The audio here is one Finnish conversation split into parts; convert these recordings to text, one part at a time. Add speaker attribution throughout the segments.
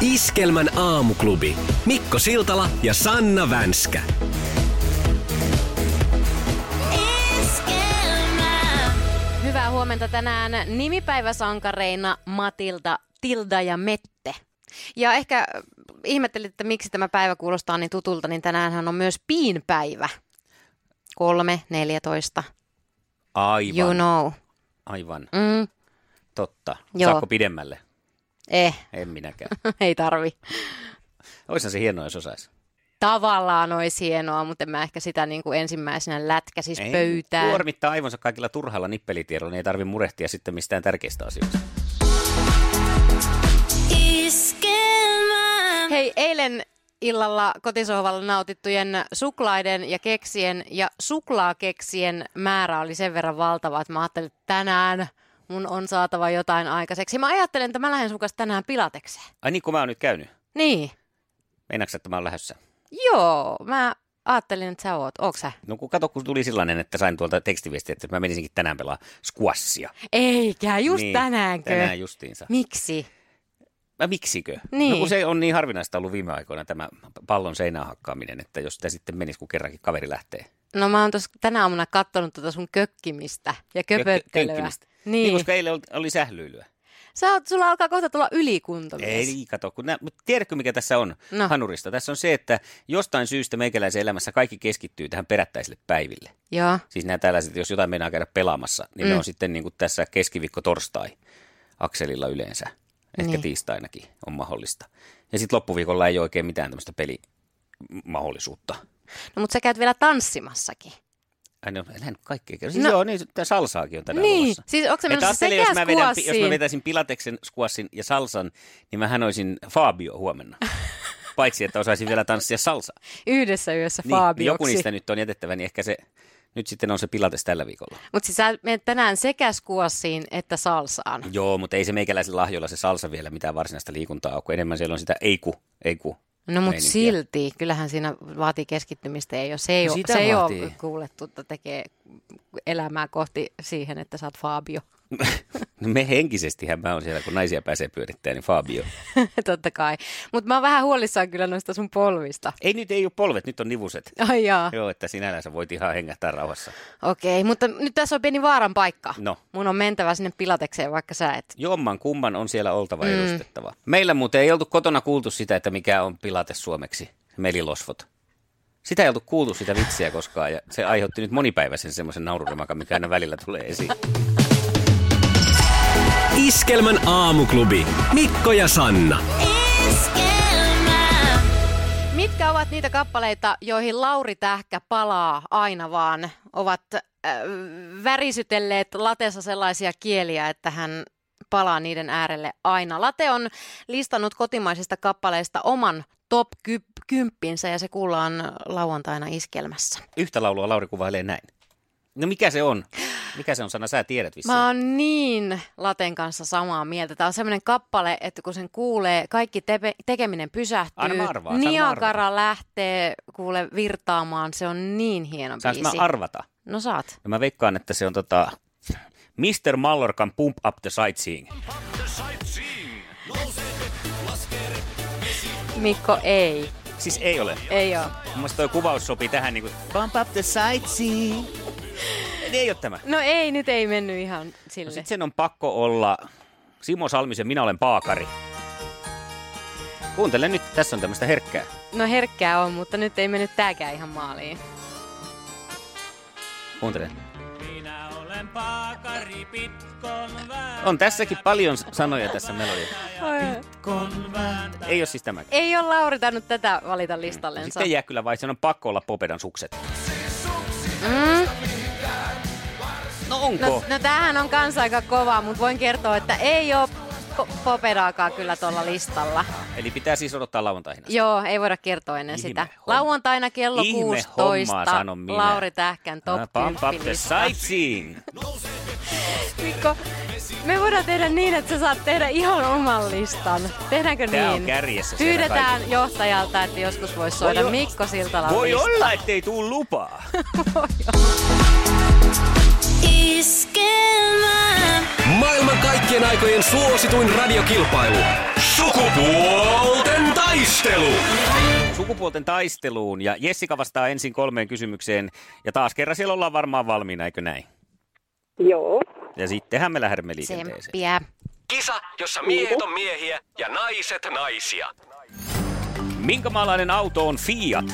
Speaker 1: Iskelmän aamuklubi. Mikko Siltala ja Sanna Vänskä.
Speaker 2: Hyvää huomenta tänään nimipäiväsankareina Matilda, Tilda ja Mette. Ja ehkä äh, ihmettelit, että miksi tämä päivä kuulostaa niin tutulta, niin tänäänhän on myös piinpäivä. Kolme, neljätoista,
Speaker 3: Aivan,
Speaker 2: you know.
Speaker 3: aivan,
Speaker 2: Mm,
Speaker 3: totta.
Speaker 2: Joo.
Speaker 3: Joo. Saako pidemmälle?
Speaker 2: eh,
Speaker 3: En minäkään.
Speaker 2: ei tarvi.
Speaker 3: Oishan se hienoa, jos osaisi.
Speaker 2: Tavallaan olisi hienoa, mutta en mä ehkä sitä niin kuin ensimmäisenä lätkäsis
Speaker 3: Ei,
Speaker 2: pöytään.
Speaker 3: Kuormittaa aivonsa kaikilla turhalla nippelitiedolla, niin ei tarvitse murehtia sitten mistään tärkeistä asioista.
Speaker 2: Hei, eilen illalla kotisohvalla nautittujen suklaiden ja keksien ja suklaakeksien määrä oli sen verran valtava, että mä ajattelin, että tänään mun on saatava jotain aikaiseksi. Mä ajattelen, että mä lähden sun kanssa tänään pilatekseen.
Speaker 3: Ai niin, kun mä oon nyt käynyt.
Speaker 2: Niin,
Speaker 3: Meinaatko, sä, että mä oon lähdössä?
Speaker 2: joo, mä ajattelin, että sä oot. Ootko sä?
Speaker 3: No kun kato, kun tuli sellainen, että sain tuolta tekstiviestiä, että mä menisinkin tänään pelaa squassia.
Speaker 2: Eikä, just niin, tänäänkö?
Speaker 3: Tänään justiinsa.
Speaker 2: Miksi?
Speaker 3: Mä miksikö? No
Speaker 2: Niin.
Speaker 3: kun se on niin harvinaista ollut viime aikoina tämä pallon seinään hakkaaminen, että jos sitä sitten menisi, kun kerrankin kaveri lähtee.
Speaker 2: No mä oon tuossa tänä aamuna kattonut tuota sun kökkimistä ja
Speaker 3: Kö-
Speaker 2: köpöttelyä.
Speaker 3: könkkimistä. niin,
Speaker 2: Niin.
Speaker 3: koska eilen oli, oli sählyilyä.
Speaker 2: Sä oot, sulla alkaa kohta tulla ylikuntomies.
Speaker 3: Ei, kato, kun nä, mutta tiedätkö mikä tässä on
Speaker 2: No.
Speaker 3: no. hanurista? Tässä on se, että jostain syystä meikäläisen elämässä kaikki keskittyy tähän perättäisille päiville.
Speaker 2: Joo.
Speaker 3: Siis nämä tällaiset, jos jotain meinaa käydä pelaamassa, niin mm. ne on sitten niin kuin tässä keskiviikko-torstai-akselilla yleensä. Ehkä
Speaker 2: Niin.
Speaker 3: niin. tiistainakin on mahdollista. Ja sitten loppuviikolla ei ole oikein mitään tämmöistä pelimahdollisuutta.
Speaker 2: No, mutta sä käyt vielä tansssimassakin.
Speaker 3: Ai no, en nyt kaikkea kerro. Siis
Speaker 2: No.
Speaker 3: no. joo, niin, tää salsaakin on tänään
Speaker 2: Niin,
Speaker 3: luvassa.
Speaker 2: siis onko se
Speaker 3: Et
Speaker 2: menossa
Speaker 3: ajattelin,
Speaker 2: sekä
Speaker 3: jos mä, vedän, pi- jos
Speaker 2: squashiin?
Speaker 3: mä vetäisin pilateksen, squashin ja salsan, niin mähän olisin Fabio huomenna. Paitsi, että osaisin vielä tanssia salsaa.
Speaker 2: Yhdessä yössä
Speaker 3: Niin,
Speaker 2: Fabioksi.
Speaker 3: joku niistä nyt on jätettävä, niin ehkä se nyt sitten on se pilates tällä viikolla.
Speaker 2: Mutta siis sä menet tänään sekä skuossiin että salsaan.
Speaker 3: Joo, mutta ei se meikäläisen lahjolla se salsa vielä mitään varsinaista liikuntaa ole, kun enemmän siellä on sitä ei ku, ei ku.
Speaker 2: No mutta
Speaker 3: meininkiä.
Speaker 2: silti, kyllähän siinä vaatii keskittymistä. Ei ole, se ei,
Speaker 3: No
Speaker 2: ole,
Speaker 3: sitä
Speaker 2: se ei ole
Speaker 3: vaatii.
Speaker 2: kuulettu, että tekee elämää kohti siihen, että sä oot Fabio.
Speaker 3: No me henkisestihän mä oon siellä, kun naisia pääsee pyörittämään, niin Fabio.
Speaker 2: Totta kai. Mutta mä oon vähän huolissaan kyllä noista sun polvista.
Speaker 3: Ei nyt ei ole polvet, nyt on nivuset.
Speaker 2: Ai jaa.
Speaker 3: Joo, että sinällänsä voit ihan hengähtää rauhassa.
Speaker 2: Okei, mutta nyt tässä on pieni vaaran paikka.
Speaker 3: No.
Speaker 2: Mun on mentävä sinne pilatekseen, vaikka sä et.
Speaker 3: Jomman kumman on siellä oltava mm. edustettava. Meillä muuten ei oltu kotona kuultu sitä, että mikä on pilate suomeksi, melilosvot. Sitä ei oltu kuultu sitä vitsiä koskaan ja se aiheutti nyt monipäiväisen semmoisen naururomakan, mikä aina välillä tulee esiin.
Speaker 1: Iskelmän aamuklubi. Mikko ja Sanna.
Speaker 2: Mitkä ovat niitä kappaleita, joihin Lauri Tähkä palaa aina vaan? Ovat äh, värisytelleet latessa sellaisia kieliä, että hän palaa niiden äärelle aina. Late on listannut kotimaisista kappaleista oman top kyp- kymppinsä ja se kuullaan lauantaina iskelmässä.
Speaker 3: Yhtä laulua Lauri kuvailee näin. No mikä se on? Mikä se on sana? Sä tiedät vissiin.
Speaker 2: Mä oon niin Laten kanssa samaa mieltä. Tää on semmoinen kappale, että kun sen kuulee, kaikki tepe- tekeminen pysähtyy.
Speaker 3: Anna mä arvaan, anna mä
Speaker 2: Niagara lähtee kuule virtaamaan. Se on niin hieno
Speaker 3: Saanko mä
Speaker 2: biisi.
Speaker 3: arvata?
Speaker 2: no saat.
Speaker 3: No mä veikkaan, että se on tota... Mr. Mallorkan Pump Up the Sightseeing.
Speaker 2: Mikko, ei.
Speaker 3: Siis ei ole.
Speaker 2: Ei oo.
Speaker 3: Mun mielestä toi kuvaus sopii tähän niinku... Pump Up the Sightseeing. Ei, ei ole tämä.
Speaker 2: No ei, nyt ei mennyt ihan
Speaker 3: No
Speaker 2: sille.
Speaker 3: sit sen on pakko olla Simo Salmisen Minä olen paakari. Kuuntele nyt, tässä on tämmöistä herkkää.
Speaker 2: No herkkää on, mutta nyt ei mennyt tääkään ihan maaliin.
Speaker 3: Kuuntele. Minä olen paakari pitkon On tässäkin paljon s- sanoja tässä melodia.
Speaker 2: Oi.
Speaker 3: Ei ole siis tämäkään.
Speaker 2: Ei ole Lauri tainnut tätä valita listallensa.
Speaker 3: Sitten jää kyllä vai, sen on pakko olla Popedan sukset.
Speaker 2: Mm?
Speaker 3: No onko? No.
Speaker 2: No, no tämähän on kans aika kova, mutta voin kertoa, että ei ole po- popedaakaan kyllä tuolla listalla.
Speaker 3: Eli pitää siis odottaa lauantaihin. asti.
Speaker 2: Joo, ei voida kertoa ennen
Speaker 3: Ihme
Speaker 2: sitä.
Speaker 3: homma.
Speaker 2: Lauantaina kello
Speaker 3: Ihme hommaa,
Speaker 2: 16.
Speaker 3: sanon minä.
Speaker 2: Lauri Tähkän top
Speaker 3: Ah, pam, pam,
Speaker 2: 10
Speaker 3: the
Speaker 2: lista.
Speaker 3: sightseeing.
Speaker 2: Mikko, me voidaan tehdä niin, että sä saat tehdä ihan oman listan. Tehdäänkö
Speaker 3: Tää on
Speaker 2: niin?
Speaker 3: kärjessä siellä
Speaker 2: Pyydetään johtajalta, että joskus voisi soida
Speaker 3: Voi o-
Speaker 2: Mikko Siltalan
Speaker 3: Voi
Speaker 2: lista.
Speaker 3: olla, ettei tuu lupaa.
Speaker 4: Iskelmää.
Speaker 1: Maailman kaikkien aikojen suosituin radiokilpailu. Sukupuolten taistelu.
Speaker 3: Sukupuolten taisteluun ja Jessica vastaa ensin kolmeen kysymykseen. Ja taas kerran siellä ollaan varmaan valmiina, eikö näin?
Speaker 5: Joo,
Speaker 3: Ja sittenhän me lähdemme liikenteeseen.
Speaker 2: Tsemppiä.
Speaker 1: Kisa, jossa miehet on miehiä ja naiset naisia.
Speaker 3: Minkä maalainen auto on Fiat?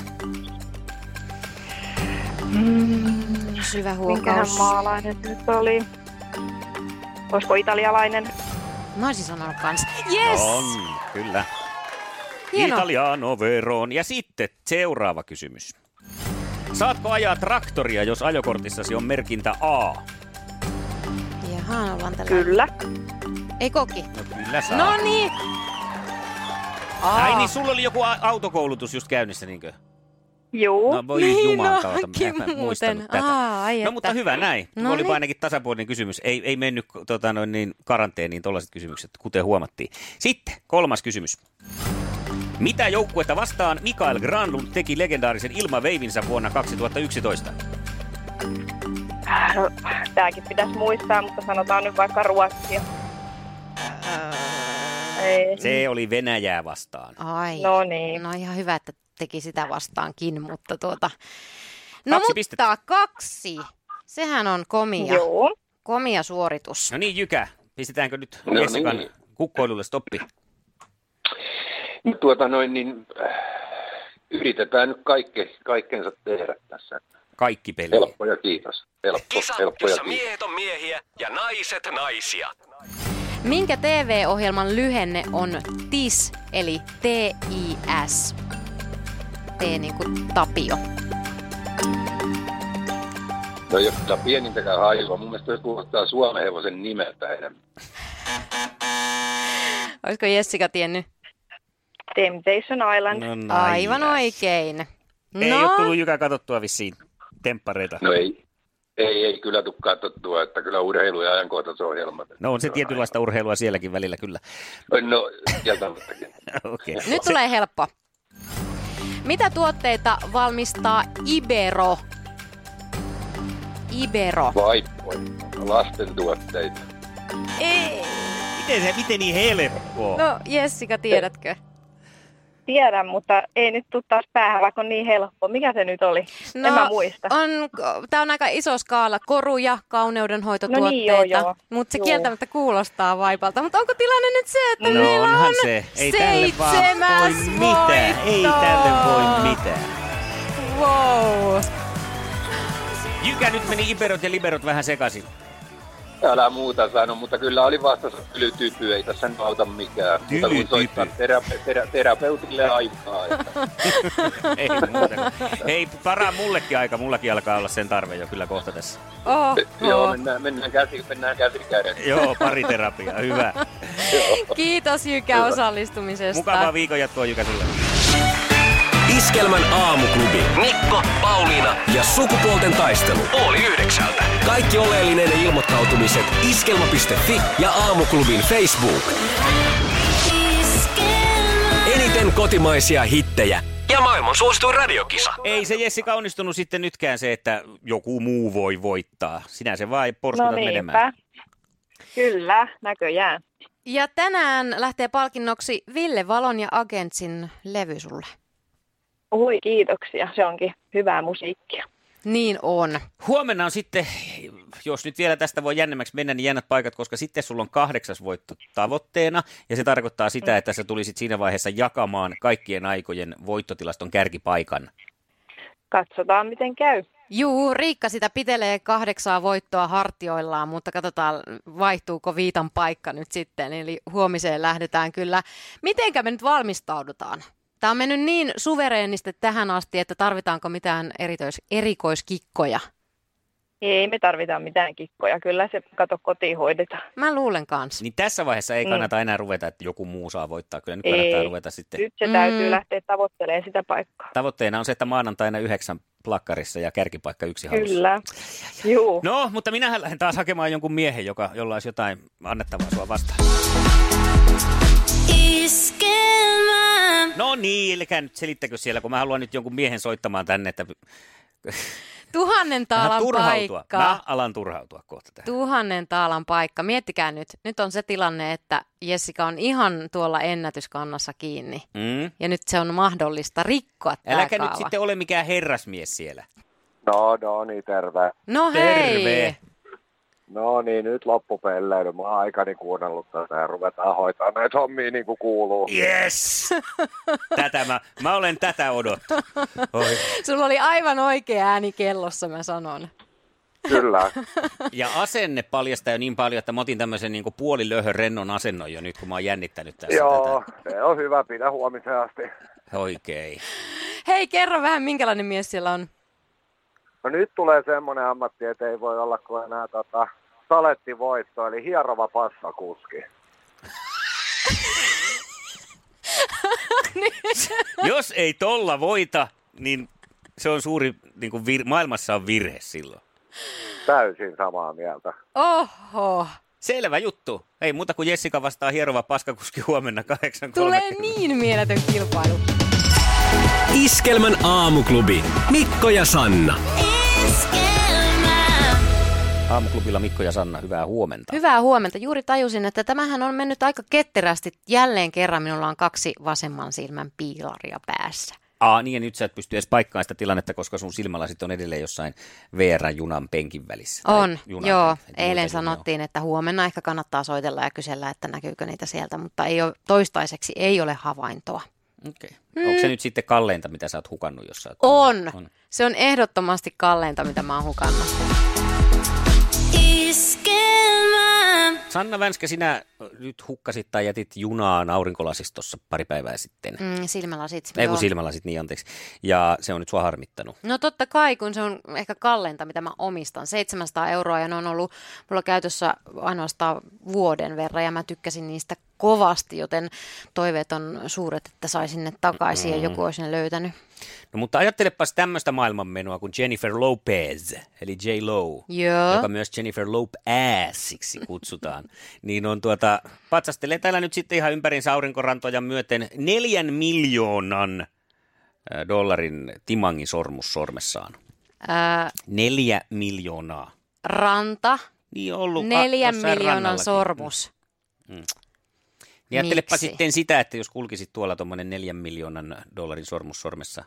Speaker 2: Syvä
Speaker 5: minkähän
Speaker 2: huokaus.
Speaker 5: maalainen nyt oli? Olisiko italialainen?
Speaker 2: Mä olisin sanonut kans. Yes!
Speaker 3: No On, kyllä.
Speaker 2: Hieno.
Speaker 3: Italiano Veron. Ja sitten seuraava kysymys. Saatko ajaa traktoria, jos ajokortissasi on merkintä A?
Speaker 2: Jaha, vaan tällä.
Speaker 5: Kyllä.
Speaker 2: Ei koki.
Speaker 3: No kyllä saa.
Speaker 2: No niin. Ah.
Speaker 3: Ai niin, sulla oli joku a- autokoulutus just käynnissä, niinkö?
Speaker 5: Joo.
Speaker 3: No voi
Speaker 2: Niin
Speaker 3: juman kautta,
Speaker 2: onkin
Speaker 3: mä en muistanut
Speaker 2: muuten.
Speaker 3: tätä.
Speaker 2: Aa, ai
Speaker 3: no
Speaker 2: että.
Speaker 3: mutta hyvä näin.
Speaker 2: No
Speaker 3: No Olipa
Speaker 2: niin.
Speaker 3: ainakin tasapuolinen kysymys. Ei, ei mennyt tota, noin, niin, karanteeniin tuollaiset kysymykset, kuten huomattiin. Sitten kolmas kysymys. Mitä joukkuetta vastaan Mikael Granlund teki legendaarisen ilmaveivinsä vuonna 2011?
Speaker 5: No, tääkin pitäisi muistaa, mutta sanotaan nyt vaikka Ruotsia. Ei.
Speaker 3: Se
Speaker 6: Mm.
Speaker 3: oli Venäjää vastaan.
Speaker 2: Ai.
Speaker 5: No niin.
Speaker 2: No ihan hyvä, että teki sitä vastaankin, mutta tuota... No
Speaker 3: Kaksi
Speaker 2: mutta
Speaker 3: pistettä.
Speaker 2: kaksi. Sehän on komia.
Speaker 5: Joo.
Speaker 2: Komia suoritus.
Speaker 3: No niin, Jykä, pistetäänkö nyt
Speaker 6: No
Speaker 3: Jessikan
Speaker 6: niin.
Speaker 3: kukkoilulle stoppi?
Speaker 6: No Tuota noin, niin äh, yritetään nyt kaikke, kaikkensa tehdä tässä.
Speaker 3: Niin. Kaikki peli.
Speaker 6: Helppo ja kiitos. Helppo, helppo ja kiitos.
Speaker 1: miehet on miehiä ja naiset naisia.
Speaker 2: Minkä TV-ohjelman lyhenne on TIS, eli T-I-S? T niin kuin Tapio.
Speaker 6: No ei ole kyllä pienintäkään hajua. Mun mielestä se kuulostaa Suomen hevosen nimeltä enemmän.
Speaker 2: Olisiko Jessica tiennyt?
Speaker 5: Temptation Island.
Speaker 3: No, nice.
Speaker 2: Aivan oikein.
Speaker 3: Ei
Speaker 2: no,
Speaker 3: ole tullut Jykä katsottua vissiin temppareita.
Speaker 6: No ei, ei, ei kyllä tule katsottua, että kyllä urheilu- ja ajankohtaisohjelmat.
Speaker 3: No on se tietynlaista urheilua sielläkin välillä kyllä.
Speaker 6: No, kieltämättäkin.
Speaker 3: Okei.
Speaker 2: nyt tulee helppo. Mitä tuotteita valmistaa Ibero? Ibero.
Speaker 6: Vaippoja, lasten tuotteita.
Speaker 2: Ei.
Speaker 3: Miten se, miten niin helppoa?
Speaker 2: No Jessica, tiedätkö?
Speaker 5: Tiedän, mutta ei nyt tule taas päähän, vaikka on niin helppo. Mikä se nyt oli?
Speaker 2: No,
Speaker 5: en mä muista.
Speaker 2: On, tämä on aika iso skaala, koruja, kauneudenhoitotuotteita,
Speaker 5: No niin, joo, joo.
Speaker 2: mutta se
Speaker 5: Joo.
Speaker 2: kieltämättä kuulostaa vaipalta. Mutta onko tilanne nyt se, että
Speaker 3: No
Speaker 2: meillä
Speaker 3: onhan
Speaker 2: on
Speaker 3: se. Ei tälle vaan voi
Speaker 2: seitsemäs
Speaker 3: mitään. Ei
Speaker 2: voitto?
Speaker 3: tälle voi mitään.
Speaker 2: Wow.
Speaker 3: Jykä nyt meni Iberot ja Liberot vähän sekaisin.
Speaker 6: Älä muuta sano, mutta kyllä oli vastassa tylytypy, ei tässä nyt auta mikään. Mutta
Speaker 3: Tylytypy.
Speaker 6: kun soittaa terä- terä- terapeutille aikaa. Että.
Speaker 3: Ei muuta. Hei, paraa mullekin aika. Mullakin alkaa olla sen tarve jo kyllä kohta tässä.
Speaker 2: Oho.
Speaker 6: Joo, mennään, mennään, käsi, mennään käsi kädessä.
Speaker 3: Joo, pariterapiaa. Hyvä.
Speaker 2: Kiitos Jykä osallistumisesta.
Speaker 3: Mukavaa viikon jatkoa Jykä sulle.
Speaker 1: Iskelmän aamuklubi. Mikko, Pauliina ja sukupuolten taistelu. Oli yhdeksältä. Kaikki oleellinen ilmoittautumiset iskelma.fi ja aamuklubin Facebook.
Speaker 4: Iskelmää.
Speaker 1: Eniten kotimaisia hittejä. Ja maailman suosituin radiokisa.
Speaker 3: Ei se Jessica onnistunut sitten nytkään se, että joku muu voi voittaa. Sinä se vaan porskutat
Speaker 5: no
Speaker 3: menemään.
Speaker 5: niinpä. Kyllä, näköjään.
Speaker 2: Ja tänään lähtee palkinnoksi Ville Valon ja Agentsin levy sulle.
Speaker 5: Ui, kiitoksia. Se onkin hyvää musiikkia.
Speaker 2: Niin on.
Speaker 3: Huomenna on sitten, jos nyt vielä tästä voi jännemmäksi mennä, niin jännät paikat, koska sitten sulla on kahdeksas voitto tavoitteena. Ja se tarkoittaa sitä, että sä tulisit siinä vaiheessa jakamaan kaikkien aikojen voittotilaston kärkipaikan.
Speaker 5: Katsotaan, miten käy.
Speaker 2: Juu, Riikka sitä pitelee kahdeksaa voittoa hartioillaan, mutta katsotaan vaihtuuko viitan paikka nyt sitten. Eli huomiseen lähdetään kyllä. Mitenkä me nyt valmistaudutaan? Tämä on mennyt niin suvereenisti tähän asti, että tarvitaanko mitään erikois- erikoiskikkoja?
Speaker 5: Ei me tarvita mitään kikkoja, kyllä se kato kotiin hoidetaan.
Speaker 2: Mä luulen kanssa.
Speaker 3: Niin tässä vaiheessa ei kannata enää ruveta, että joku muu saa voittaa. Kyllä nyt kannattaa
Speaker 5: Mm. Ei.
Speaker 3: ruveta sitten.
Speaker 5: Nyt se täytyy
Speaker 2: Mm.
Speaker 5: lähteä tavoittelemaan sitä paikkaa.
Speaker 3: Tavoitteena on se, että maanantaina yhdeksän plakkarissa ja kärkipaikka yksi hallussa.
Speaker 5: Kyllä. Juu.
Speaker 3: No, mutta minähän lähden taas hakemaan jonkun miehen, joka, jolla olisi jotain annettavaa sua vastaan.
Speaker 4: Iskelmä.
Speaker 3: No niin, älkää nyt selittäkö siellä, kun mä haluan nyt jonkun miehen soittamaan tänne, että
Speaker 2: Tuhannen
Speaker 3: vähän
Speaker 2: taalan
Speaker 3: turhautua.
Speaker 2: paikka.
Speaker 3: Mä alan turhautua kohta tähän.
Speaker 2: Tuhannen taalan paikka. Miettikää nyt. Nyt on se tilanne, että Jessica on ihan tuolla ennätyskannassa kiinni.
Speaker 3: Mm?
Speaker 2: Ja nyt se on mahdollista rikkoa tämä
Speaker 3: Äläkä
Speaker 2: kaava.
Speaker 3: nyt sitten ole mikään herrasmies siellä.
Speaker 7: No, no niin, terve.
Speaker 2: No hei!
Speaker 3: Terve.
Speaker 7: No niin, nyt loppupelleily. Mä oon aikani kuunnellut tätä ja ruvetaan hoitaa näitä hommia niin kuin kuuluu.
Speaker 3: Yes! Tätä mä, mä olen tätä odottanut. Oi.
Speaker 2: Sulla oli aivan oikea ääni kellossa, mä sanon.
Speaker 7: Kyllä.
Speaker 3: Ja asenne paljastaa jo niin paljon, että mä otin tämmöisen niin puolilöhön rennon asennon jo nyt, kun mä oon jännittänyt tässä
Speaker 7: Joo, se on hyvä. Pidä huomiseen asti.
Speaker 3: tätä. Oikein.
Speaker 2: Hei, kerro vähän, minkälainen mies siellä on.
Speaker 7: No nyt tulee semmoinen ammatti, että ei voi olla kuin enää tota, salettivoitto, eli hierova passakuski.
Speaker 3: Jos ei tolla voita, niin se on suuri, niin kuin vir- maailmassa on virhe silloin.
Speaker 7: Täysin samaa mieltä.
Speaker 2: Oho,
Speaker 3: Selvä juttu. Ei muuta kuin Jessica vastaa hierova paskakuski huomenna 8.30.
Speaker 2: tulee niin mieletön kilpailu.
Speaker 1: Iskelmän aamuklubi. Mikko ja Sanna.
Speaker 4: Iskelmä.
Speaker 3: Aamuklubilla Mikko ja Sanna, hyvää huomenta.
Speaker 2: Hyvää huomenta. Juuri tajusin, että tämähän on mennyt aika ketterästi. Jälleen kerran minulla on kaksi vasemman silmän piilaria päässä.
Speaker 3: Aa, niin ja nyt sä et pysty edes paikkaamaan sitä tilannetta, koska sun silmälasit on edelleen jossain VR-junan penkin välissä. Tai
Speaker 2: On,
Speaker 3: junan
Speaker 2: joo.
Speaker 3: penkin, että
Speaker 2: Eilen
Speaker 3: muuta junaa on.
Speaker 2: sanottiin, että huomenna ehkä kannattaa soitella ja kysellä, että näkyykö niitä sieltä, mutta ei ole, toistaiseksi ei ole havaintoa.
Speaker 3: Okei. Onko se nyt sitten kalleinta, mitä sä oot hukannut, jos sä oot...
Speaker 2: Mm. On.
Speaker 3: On.
Speaker 2: on. Se on ehdottomasti kalleinta, mitä mä oon hukannut.
Speaker 4: Iskelmä.
Speaker 3: Sanna Vänskä, sinä nyt hukkasit tai jätit junaan aurinkolasissa tuossa pari päivää sitten. Mm,
Speaker 2: Mm, silmälasit.
Speaker 3: Ei
Speaker 2: joo.
Speaker 3: kun silmälasit, niin anteeksi. Ja se on nyt sua harmittanut.
Speaker 2: No totta kai, kun se on ehkä kalleinta, mitä mä omistan. 700 euroa ja ne on ollut mulla käytössä ainoastaan vuoden verran ja mä tykkäsin niistä kovasti, joten toiveet on suuret, että saisin ne takaisin
Speaker 3: Mm.
Speaker 2: ja joku olisi ne löytänyt.
Speaker 3: No mutta ajattelepas tämmöistä maailmanmenoa kuin Jennifer Lopez, eli J. Lo,
Speaker 2: Joo.
Speaker 3: joka myös Jennifer Lopeziksi kutsutaan, niin on tuota, patsastelee täällä nyt sitten ihan ympärinsä aurinkorantoja myöten neljän miljoonan äh, dollarin timangin sormus sormessaan.
Speaker 2: Ää,
Speaker 3: Neljä miljoonaa.
Speaker 2: ranta,
Speaker 3: Niin ollut. a-
Speaker 2: neljän
Speaker 3: jossain
Speaker 2: miljoonan
Speaker 3: rannallakin.
Speaker 2: sormus.
Speaker 3: Niin ajattelepa
Speaker 2: Miksi?
Speaker 3: sitten sitä, että jos kulkisit tuolla tuommoinen neljän miljoonan dollarin sormus sormessa.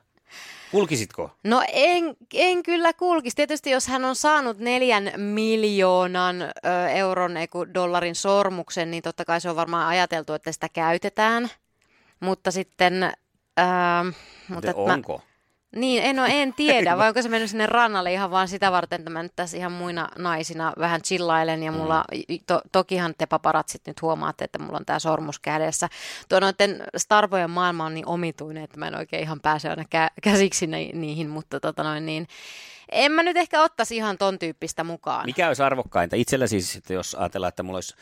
Speaker 3: Kulkisitko?
Speaker 2: No en, en kyllä kulkisi. Tietysti jos hän on saanut neljän miljoonan ö, euron ei kun dollarin sormuksen, niin totta kai se on varmaan ajateltu, että sitä käytetään. Mutta sitten... Öö, mutta
Speaker 3: Mutta
Speaker 2: et mä,
Speaker 3: onko?
Speaker 2: niin, en, no, en tiedä, vai onko se mennyt sinne rannalle ihan vaan sitä varten, että mä nyt tässä ihan muina naisina vähän chillailen ja mulla, to, tokihan te paparatsit nyt huomaatte, että mulla on tää sormus kädessä. Tuo noiden starvojen maailma on niin omituinen, että mä en oikein ihan pääse aina kä- käsiksi ni- niihin, mutta tota noin niin, en mä nyt ehkä ottaisi ihan ton tyyppistä mukaan.
Speaker 3: Mikä olisi arvokkainta? Itsellä siis, että jos ajatellaan, että mulla olisi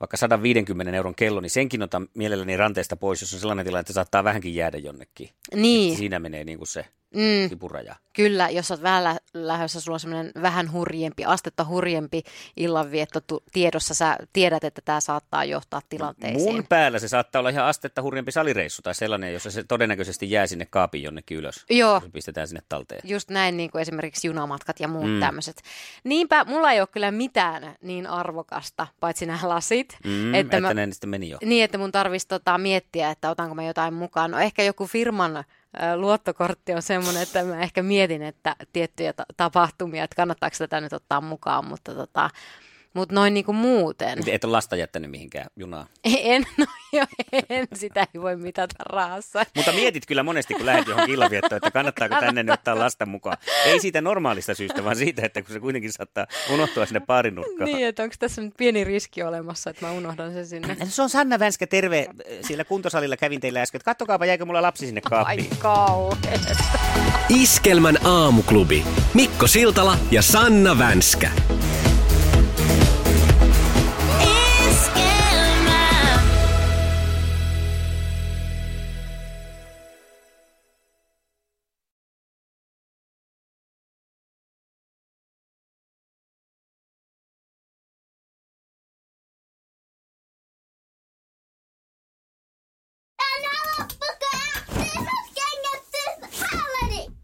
Speaker 3: vaikka 150 euron kello, niin senkin otan mielelläni ranteesta pois, jos on sellainen tilanne, että saattaa vähänkin jäädä jonnekin.
Speaker 2: Niin.
Speaker 3: Että Siinä menee niin kuin se
Speaker 2: Mm.
Speaker 3: kipuraja.
Speaker 2: Kyllä, jos olet vähän lä- lähdössä, sulla on semmoinen vähän hurjempi, astetta hurjempi illanvietto tu- tiedossa. Sä tiedät, että tämä saattaa johtaa tilanteisiin.
Speaker 3: Mun päällä se saattaa olla ihan astetta hurjempi salireissu tai sellainen, jossa se todennäköisesti jää sinne kaapin jonnekin ylös.
Speaker 2: Joo.
Speaker 3: Se pistetään sinne talteen.
Speaker 2: Just näin, niin kuin esimerkiksi junamatkat ja muut mm. tämmöiset. Niinpä mulla ei ole kyllä mitään niin arvokasta, paitsi nämä lasit.
Speaker 3: Mm, että mä... ne sitten meni jo.
Speaker 2: Niin, että mun tarvitsisi tota, miettiä, että otanko mä jotain mukaan. No ehkä joku firman ö, luottokortti on semmoinen, että mä ehkä mietin, että tiettyjä ta- tapahtumia, että kannattaako tätä nyt ottaa mukaan, mutta tota, mut noin niin kuin muuten.
Speaker 3: Et ole lasta jättänyt mihinkään junaan.
Speaker 2: En, no jo, en, sitä ei voi mitata rahassa.
Speaker 3: Mutta mietit kyllä monesti, kun lähdet johonkin illanviettoon, että kannattaako tänne nyt ottaa lasta mukaan. Ei siitä normaalista syystä, vaan siitä, että kun se kuitenkin saattaa unohtua sinne baarinurkkaan.
Speaker 2: Niin, että onko tässä nyt pieni riski olemassa, että mä unohdan sen sinne.
Speaker 3: Se on Sanna Vänskä, terve. Siellä kuntosalilla kävin teillä äsken. Kattokaapa, jäikö mulla lapsi sinne kaappiin.
Speaker 2: Ai kauheeta.
Speaker 1: Iskelmän aamuklubi. Mikko Siltala ja Sanna Vänskä.
Speaker 4: esquema.